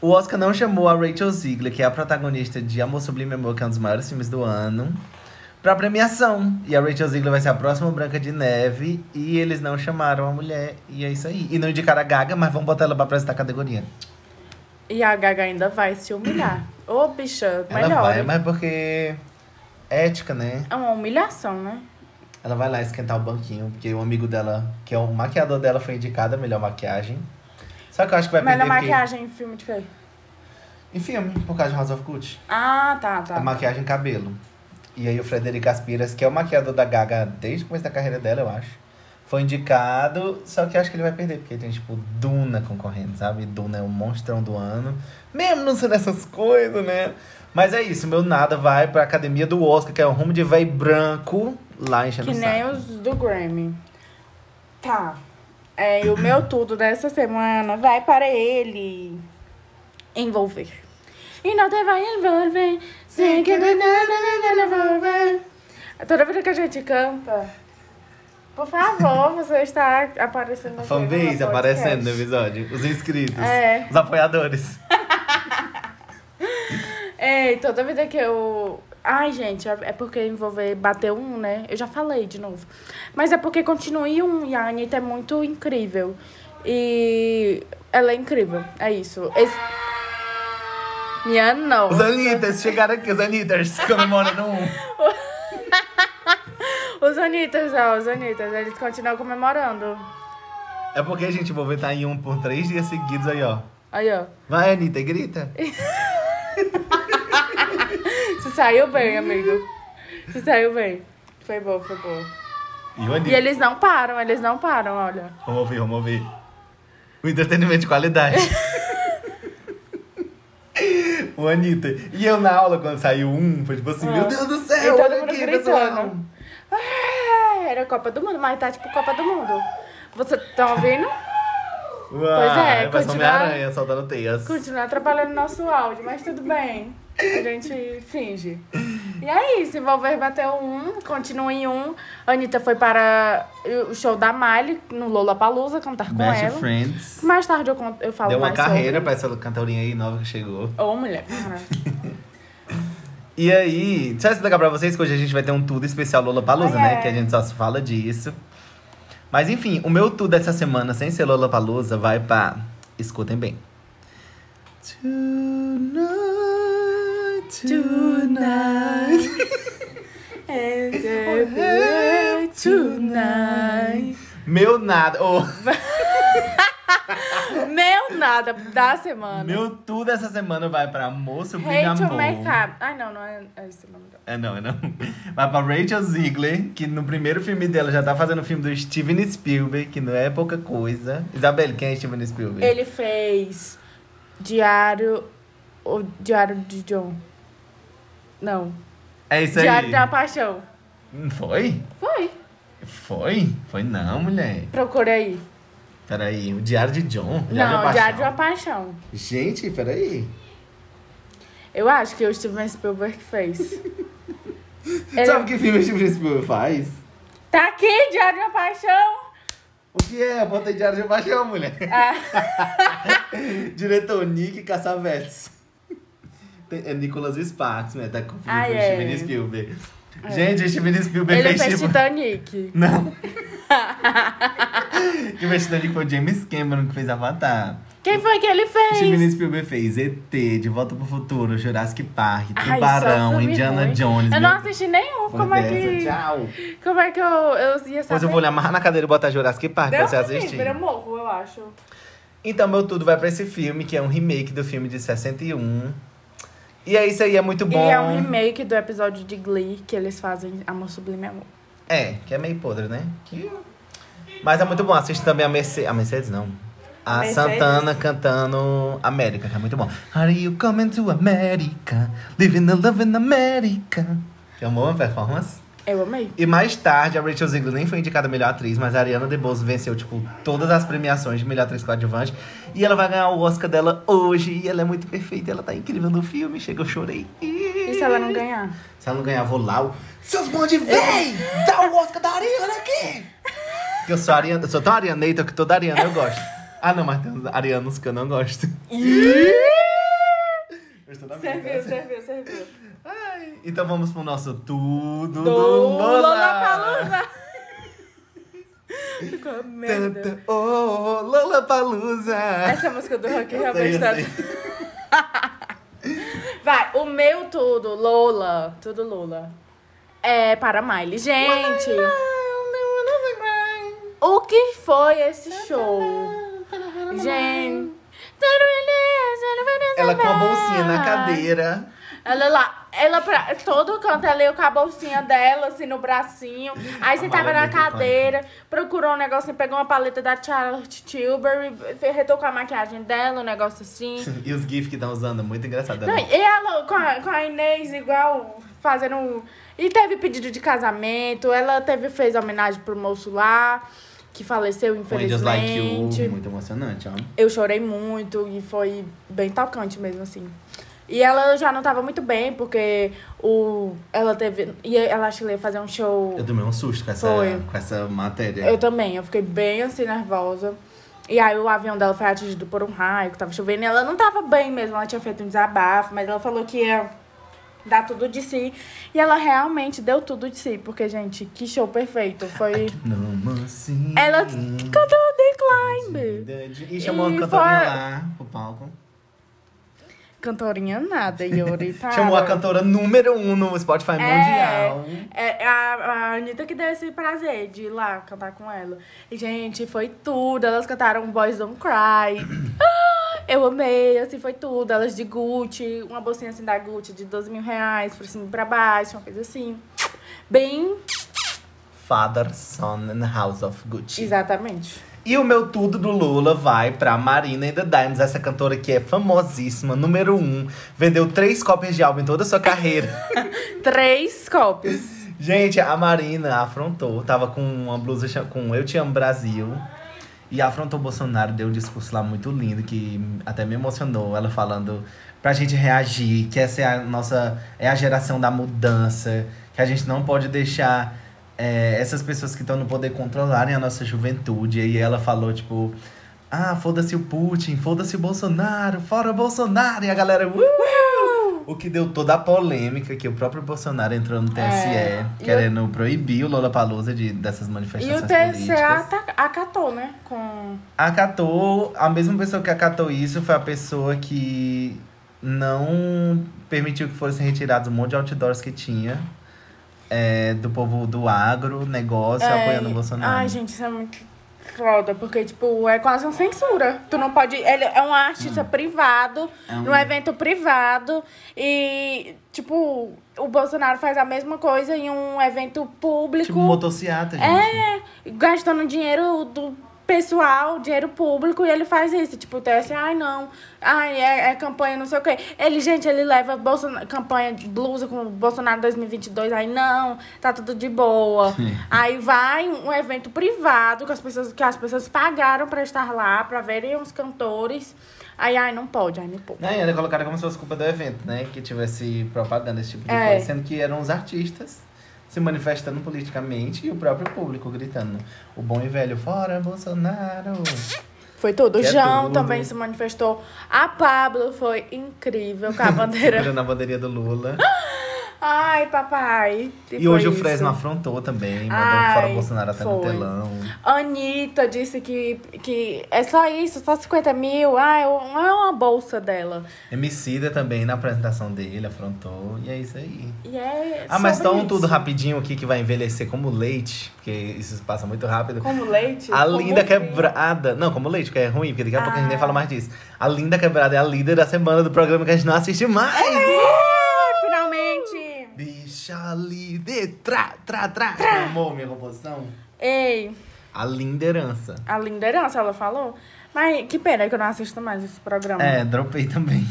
O Oscar não chamou a Rachel Ziegler, que é a protagonista de Amor Sublime Amor, que é um dos maiores filmes do ano, pra premiação. E a Rachel Ziegler vai ser a próxima Branca de Neve. E eles não chamaram a mulher, e é isso aí. E não indicaram a Gaga, mas vão botar ela pra apresentar a categoria.
E a Gaga ainda vai se humilhar. Ô, bicha,
ela
melhor.
vai, mas porque. Ética, né?
É uma humilhação, né?
Ela vai lá esquentar o banquinho, porque o amigo dela, que é o maquiador dela, foi indicado a melhor maquiagem. Só que eu acho que vai
Melhor
perder porque-
maquiagem em filme de quê?
em filme, por causa de House of Gucci.
Ah, tá, tá.
A maquiagem e cabelo. E aí o Frederico Aspiras, que é o maquiador da Gaga desde o começo da carreira dela, eu acho. Foi indicado, só que eu acho que ele vai perder, porque tem, tipo, Duna concorrendo, sabe? Duna é o monstrão do ano. Mesmo não sendo essas coisas, né? Mas é isso, meu nada vai pra academia do Oscar, que é um rumo de véi branco lá em
Que nem os do Grammy. Tá. É, e o meu tudo dessa semana vai para ele envolver. E não te vai envolver. sei que não- não- não- não- não- envolver. Toda vida que a gente canta. Por favor, você está aparecendo
A
aqui.
fanbase
Tá no
aparecendo no
podcast.
episódio. Os inscritos.
É.
Os apoiadores.
É, toda vida que eu. Ai, gente, é é porque envolver bater um, né? Eu já falei de novo. Mas é porque continue um e a Anitta é muito incrível. E ela é incrível. É isso. Esse... Minha não.
Os Anitas chegaram aqui, os Anitas comemorando um.
Os Anitas, ó, os Anitas, eles continuam comemorando.
É porque, gente, eu vou estar em um por três dias seguidos aí, ó.
Aí, ó.
Vai, Anitta, grita.
Você saiu bem, amigo. Você saiu bem. Foi bom, foi bom.
E o
E
Anitta.
eles não param, eles não param, olha.
Vamos ouvir, vamos ouvir. O entretenimento de qualidade. o Anitta. E eu na aula, quando saiu um, foi tipo assim,
Ah.
meu Deus do
E
céu,
todo
olha
mundo
aqui, pessoal.
gritando. Ah, Era Copa do Mundo, mas tá tipo Copa do Mundo. Você tá ouvindo? Pois é,
Uai, parece
continuar-
uma aranha soltando teias.
Continua atrapalhando nosso áudio, mas tudo bem. A gente finge. E aí, se Envolver bateu um, continua em um. Anitta foi para o show da Miley no Lollapalooza cantar com
Best
ela.
Friends.
Mais tarde eu, conto, eu falo
Deu uma
mais sobre.
carreira pra essa cantorinha aí nova que chegou.
Ô, mulher, cara.
E aí, deixa eu explicar pra vocês que hoje a gente vai ter um tudo especial Lola Palusa,
Ah, é.
né? Que a gente só se fala disso. Mas enfim, o meu tudo essa semana, sem ser Lola Palusa, vai pra. Escutem bem. Tonight,
Tonight. And everywhere tonight.
Meu nada. Oh,
Meu nada da semana.
meu tudo essa semana vai pra Moço Briga
Hate
Amor.
your makeup. Ai, não, não é é esse o nome dela.
É não, é não. Vai pra Rachel Ziegler, que no primeiro filme dela já tá fazendo o filme do Steven Spielberg, que não é pouca coisa. Isabelle, quem é Steven Spielberg?
Ele fez Diário. O Diário de John. Não.
É isso
Diário
aí.
da Paixão.
Não Foi?
Foi.
Foi? Foi não, mulher.
Procura aí.
Peraí, o Diário de John? O
não,
da
Diário de uma
Paixão.
Paixão.
Gente, peraí.
Eu acho que o Steven Spielberg fez. Ele-
Sabe que filme o Steven Spielberg faz?
Tá aqui, Diário de uma Paixão.
O que é? Eu botei Diário de uma Paixão, mulher.
Ah,
Diretor Nick Cassavetes. Tem- É Nicolas Sparks, né? Tá confundindo
Ah,
com o
é.
Steven Spielberg. Gente, o Steven Spielberg
ele fez
tipo-
Titanic.
Não. Quem fez Titanic foi o James Cameron que fez Avatar.
Quem foi que ele
Steven
fez?
Spielberg fez ET, De Volta pro Futuro, Jurassic Park,
Ai, só
Tubarão,
filme
Indiana
ruim.
Jones.
Eu
meu
não assisti nenhum.
Foi
Como é
dessa,
que.
Tchau.
Como é que eu, eu ia saber?
Depois eu vou lhe amarrar na cadeira e botar Jurassic Park pra
Deus
você
me livre,
assistir.
Eu morro, eu acho.
Então, meu tudo vai pra esse filme, que é um remake do filme de 61. E é isso aí, é muito bom.
E é um remake do episódio de Glee que eles fazem Amor Sublime Amor.
É, que é meio podre, né? Que- Mas é muito bom. Assiste também a Mercedes. A Mercedes, não. A
Mercedes.
Santana cantando América, que é muito bom. Are you coming to America? Living the love in America. Que é uma boa performance.
Eu amei.
E mais tarde, a Rachel Zegler nem foi indicada a melhor atriz, mas a Ariana DeBose venceu, tipo, todas as premiações de melhor atriz coadjuvante. E ela vai ganhar o Oscar dela hoje. E ela é muito perfeita, ela tá incrível no filme. Chega, eu chorei.
E se ela não ganhar?
Se ela não ganhar, vou lá. o- Seus bons de véi! Dá o Oscar da Ariana aqui! Que eu sou, Ariana, eu sou tão arianeita que toda Ariana eu gosto. Ah, não, mas tem uns arianos que eu não gosto. Eu estou na
Serviu,
vida.
serviu, serviu.
Ai, então vamos pro nosso tudo do,
Do
Lola.
Lollapalooza. Ficou uma merda.
Tanto, oh, Lola Palusa.
Essa música do rock realmente tá... Vai, o meu tudo, Lola. Tudo Lola. É para Miley. Gente, o que foi esse show? Gente...
Ela com a bolsinha
Ah.
na cadeira.
Ela lá, ela pra todo canto, ela ia com a bolsinha dela, assim, no bracinho. Aí
A
sentava
Maria
na
é
cadeira, procurou um negocinho, pegou uma paleta da Charlotte Tilbury, fe- retocou a maquiagem dela, um negócio assim.
E os GIFs que estão usando, muito engraçado.
Não, e ela com a, com a Inês, igual, fazendo um... E teve pedido de casamento, ela teve, fez homenagem pro moço lá, que faleceu,
Com Angels
infelizmente.
Like You, muito emocionante, ó.
Eu chorei muito e foi bem tocante mesmo, assim. E ela já não tava muito bem, porque o, ela teve. E ela acho que ela ia fazer um show.
Eu né? tomei um susto com essa,
Foi.
com essa matéria.
Eu também, eu fiquei bem assim, nervosa. E aí o avião dela foi atingido por um raio, que tava chovendo, e ela não tava bem mesmo, ela tinha feito um desabafo, mas ela falou que ia dar tudo de si. E ela realmente deu tudo de si, porque, gente, que show perfeito. Foi.
Não, mas sim.
Ela cantou The Climb.
verdade. E chamou
E
a cantorinha
foi-
lá pro palco.
Cantorinha nada, Yuri. Tá
Chamou a
doido.
cantora número um no Spotify
É,
mundial.
é, a, a Anitta que deu esse prazer de ir lá cantar com ela. E, gente, foi tudo. Elas cantaram Boys Don't Cry. Ah, Eu amei, assim, foi tudo. Elas de Gucci, uma bolsinha assim da Gucci de 12 mil reais, por cima e pra baixo, uma coisa assim. Bem,
Father, Son and House of Gucci.
exatamente.
E o meu tudo do Lula vai pra Marina and the Dimes, essa cantora que é famosíssima, número um. Vendeu três cópias de álbum em toda a sua carreira.
Três cópias.
Gente, a Marina afrontou. Tava com uma blusa cha- com Eu Te Amo Brasil. E afrontou o Bolsonaro, deu um discurso lá muito lindo, que até me emocionou. Ela falando pra gente reagir, que essa é a nossa. É a geração da mudança, que a gente não pode deixar é, essas pessoas que estão no poder controlarem a nossa juventude. E ela falou, tipo. Ah, foda-se o Putin, foda-se o Bolsonaro, fora o Bolsonaro! E a galera. "Uhul!" O que deu toda a polêmica que o próprio Bolsonaro entrou no TSE,
É, e
querendo proibir o Lola Palusa de, dessas
E
manifestações.
o é TCA
políticas.
acatou, né? Com...
Acatou, a mesma pessoa que acatou isso foi a pessoa que não permitiu que fossem retirados um monte de outdoors que tinha. é, do povo do agro, negócio, apoiando o Bolsonaro.
É,
Tipo,
Ai, gente, isso é muito foda, porque, tipo, é quase uma censura. Tu não pode. Ele é um artista privado, num evento privado. E, tipo, o Bolsonaro faz a mesma coisa em um evento público,
Tipo motociata, gente.
gastando dinheiro do pessoal, dinheiro público, e ele faz isso. Tipo, o TSE, ai não, ai, é, é campanha, não sei o quê. Ele, gente, ele leva Bolsonaro, campanha de blusa com o Bolsonaro 2022, ai não, tá tudo de boa. Aí vai um evento privado que as pessoas, que as pessoas pagaram pra estar lá, pra verem os cantores. Aí, ai, não pode, ai, me poupa.
Não, e ainda colocaram como se fosse culpa do evento, né? Que tivesse propaganda, esse tipo de
É.
coisa. Sendo que eram os artistas se manifestando politicamente e o próprio público gritando. O bom e velho, fora Bolsonaro!
Foi tudo. O
Que é
João
tudo.
também se manifestou. A Pablo foi incrível com a bandeira.
Segurando a bandeirinha do Lula.
Ai, papai.
E hoje
foi
o Fresno
isso.
afrontou também, mandou um
Ai,
fora o Bolsonaro até no
foi.
telão.
Anitta disse que, que é só isso, só 50 mil. Ah, é um- é uma bolsa dela.
Emicida também na apresentação dele afrontou, e é isso aí.
E é
Ah, mas
sobre
tão
isso.
tudo rapidinho aqui que vai envelhecer como leite, porque isso passa muito rápido.
Como leite? Ah.
A
como
Linda
vinho.
Quebrada. Não, como leite, porque é ruim, porque daqui a pouco a gente nem fala mais disso. A Linda Quebrada é a líder da semana do programa que a gente não assiste mais.
É, finalmente!
Bicha líder, tra, tra, tra. tra. Amou minha composição?
Ei,
A liderança.
a linda herança, ela falou. Mas que pena que eu não assisto mais esse programa.
É, dropei também.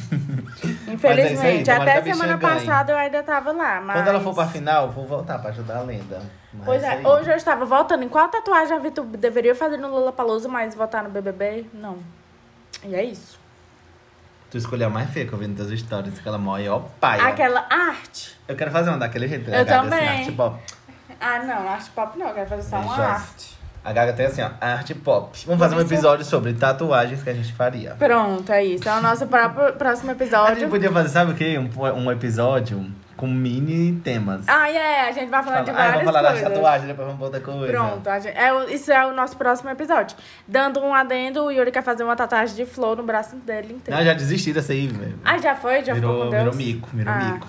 Infelizmente,
Mas é isso aí, tomara
até
que a
semana
bichinha ganhe.
passada eu ainda tava lá. Mas...
Quando ela for pra final, vou voltar pra ajudar a lenda. Mas
Pois
isso
é,
aí.
hoje eu estava voltando. Em qual tatuagem a Vitor deveria fazer no Lula Palusa, mas votar no BBB? Não. E é isso.
Tu escolheu a mais feia que é eu vi nas tuas histórias, aquela mó e ó, pai.
Aquela arte.
Eu quero fazer uma daquele jeito.
Eu
a Gaga,
também.
Assim, arte pop.
Ah, não, arte pop não. Eu quero fazer só uma
Beijosa.
arte.
A Gaga tem assim, ó, arte pop. Vamos fazer um
Vamos ver.
episódio sobre tatuagens que a gente faria.
Pronto, é isso. É o nosso pró- próximo
A gente
episódio.
podia fazer, sabe o quê? Um, um episódio com mini temas.
Ah, é. A gente vai falar de
ah,
várias
vamos falar das
coisas.
tatuagens, depois vamos pra outra coisa.
Pronto, a gente- é o- isso é o nosso próximo episódio. Dando um adendo, o Yuri quer fazer uma tatuagem de flor no braço dele inteiro.
Não, já desisti dessa aí, velho.
Ah, já foi? Já foi com
Né? Virou,
Deus?
virou mico, virou
Ah.
mico.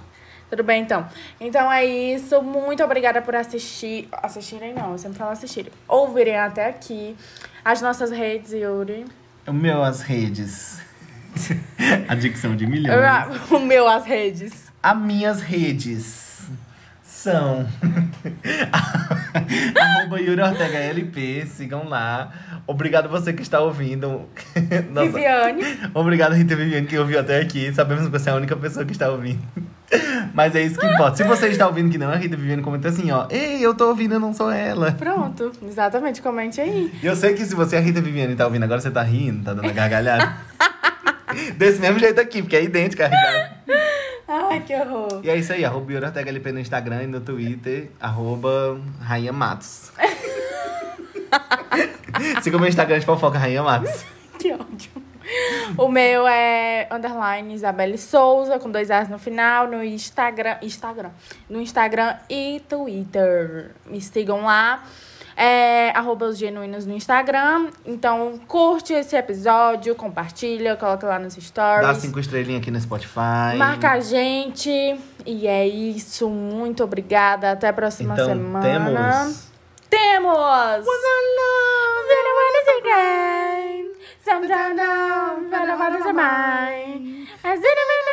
Tudo bem, então. Então é isso. Muito obrigada por assistir. Assistirem, não. Eu sempre falo assistirem. Ouvirem até aqui. As nossas redes, Yuri.
O meu, as redes. Adicção de milhões.
Eu- o meu, as redes.
As minhas redes são arroba Yuri Ortega LP, sigam lá. Obrigado você que está ouvindo. Nossa,
Viviane.
Obrigado, Rita Viviane, que ouviu até aqui. Sabemos que você é a única pessoa que está ouvindo. Mas é isso que importa. Se você está ouvindo que não é a Rita Viviane, comenta assim, ó. Ei, eu tô ouvindo, eu não sou ela.
Pronto. Exatamente. Comente aí.
E eu sei que se você é a Rita Viviane e tá ouvindo agora, você tá rindo, tá dando gargalhada. Desse mesmo jeito aqui, porque é idêntica a gargalhada.
Ai, que horror.
E é isso aí, arroba Yorotega LP no Instagram e no Twitter, arroba Rainha Matos. Siga o meu Instagram de fofoca, Rainha Matos.
Que ódio. O meu é underline Isabelle Souza, com dois As no final, no Instagram. Instagram. No Instagram e Twitter. Me sigam lá. É, arroba os genuínos no Instagram. Então, curte esse episódio, compartilha, coloca lá nos stories.
Dá cinco né? estrelinhas aqui no Spotify.
Marca a gente. E é isso. Muito obrigada. Até a próxima
Então,
semana.
temos...
Temos! Little wonders again. Sometimes I'm but I want to mine. I said I'm in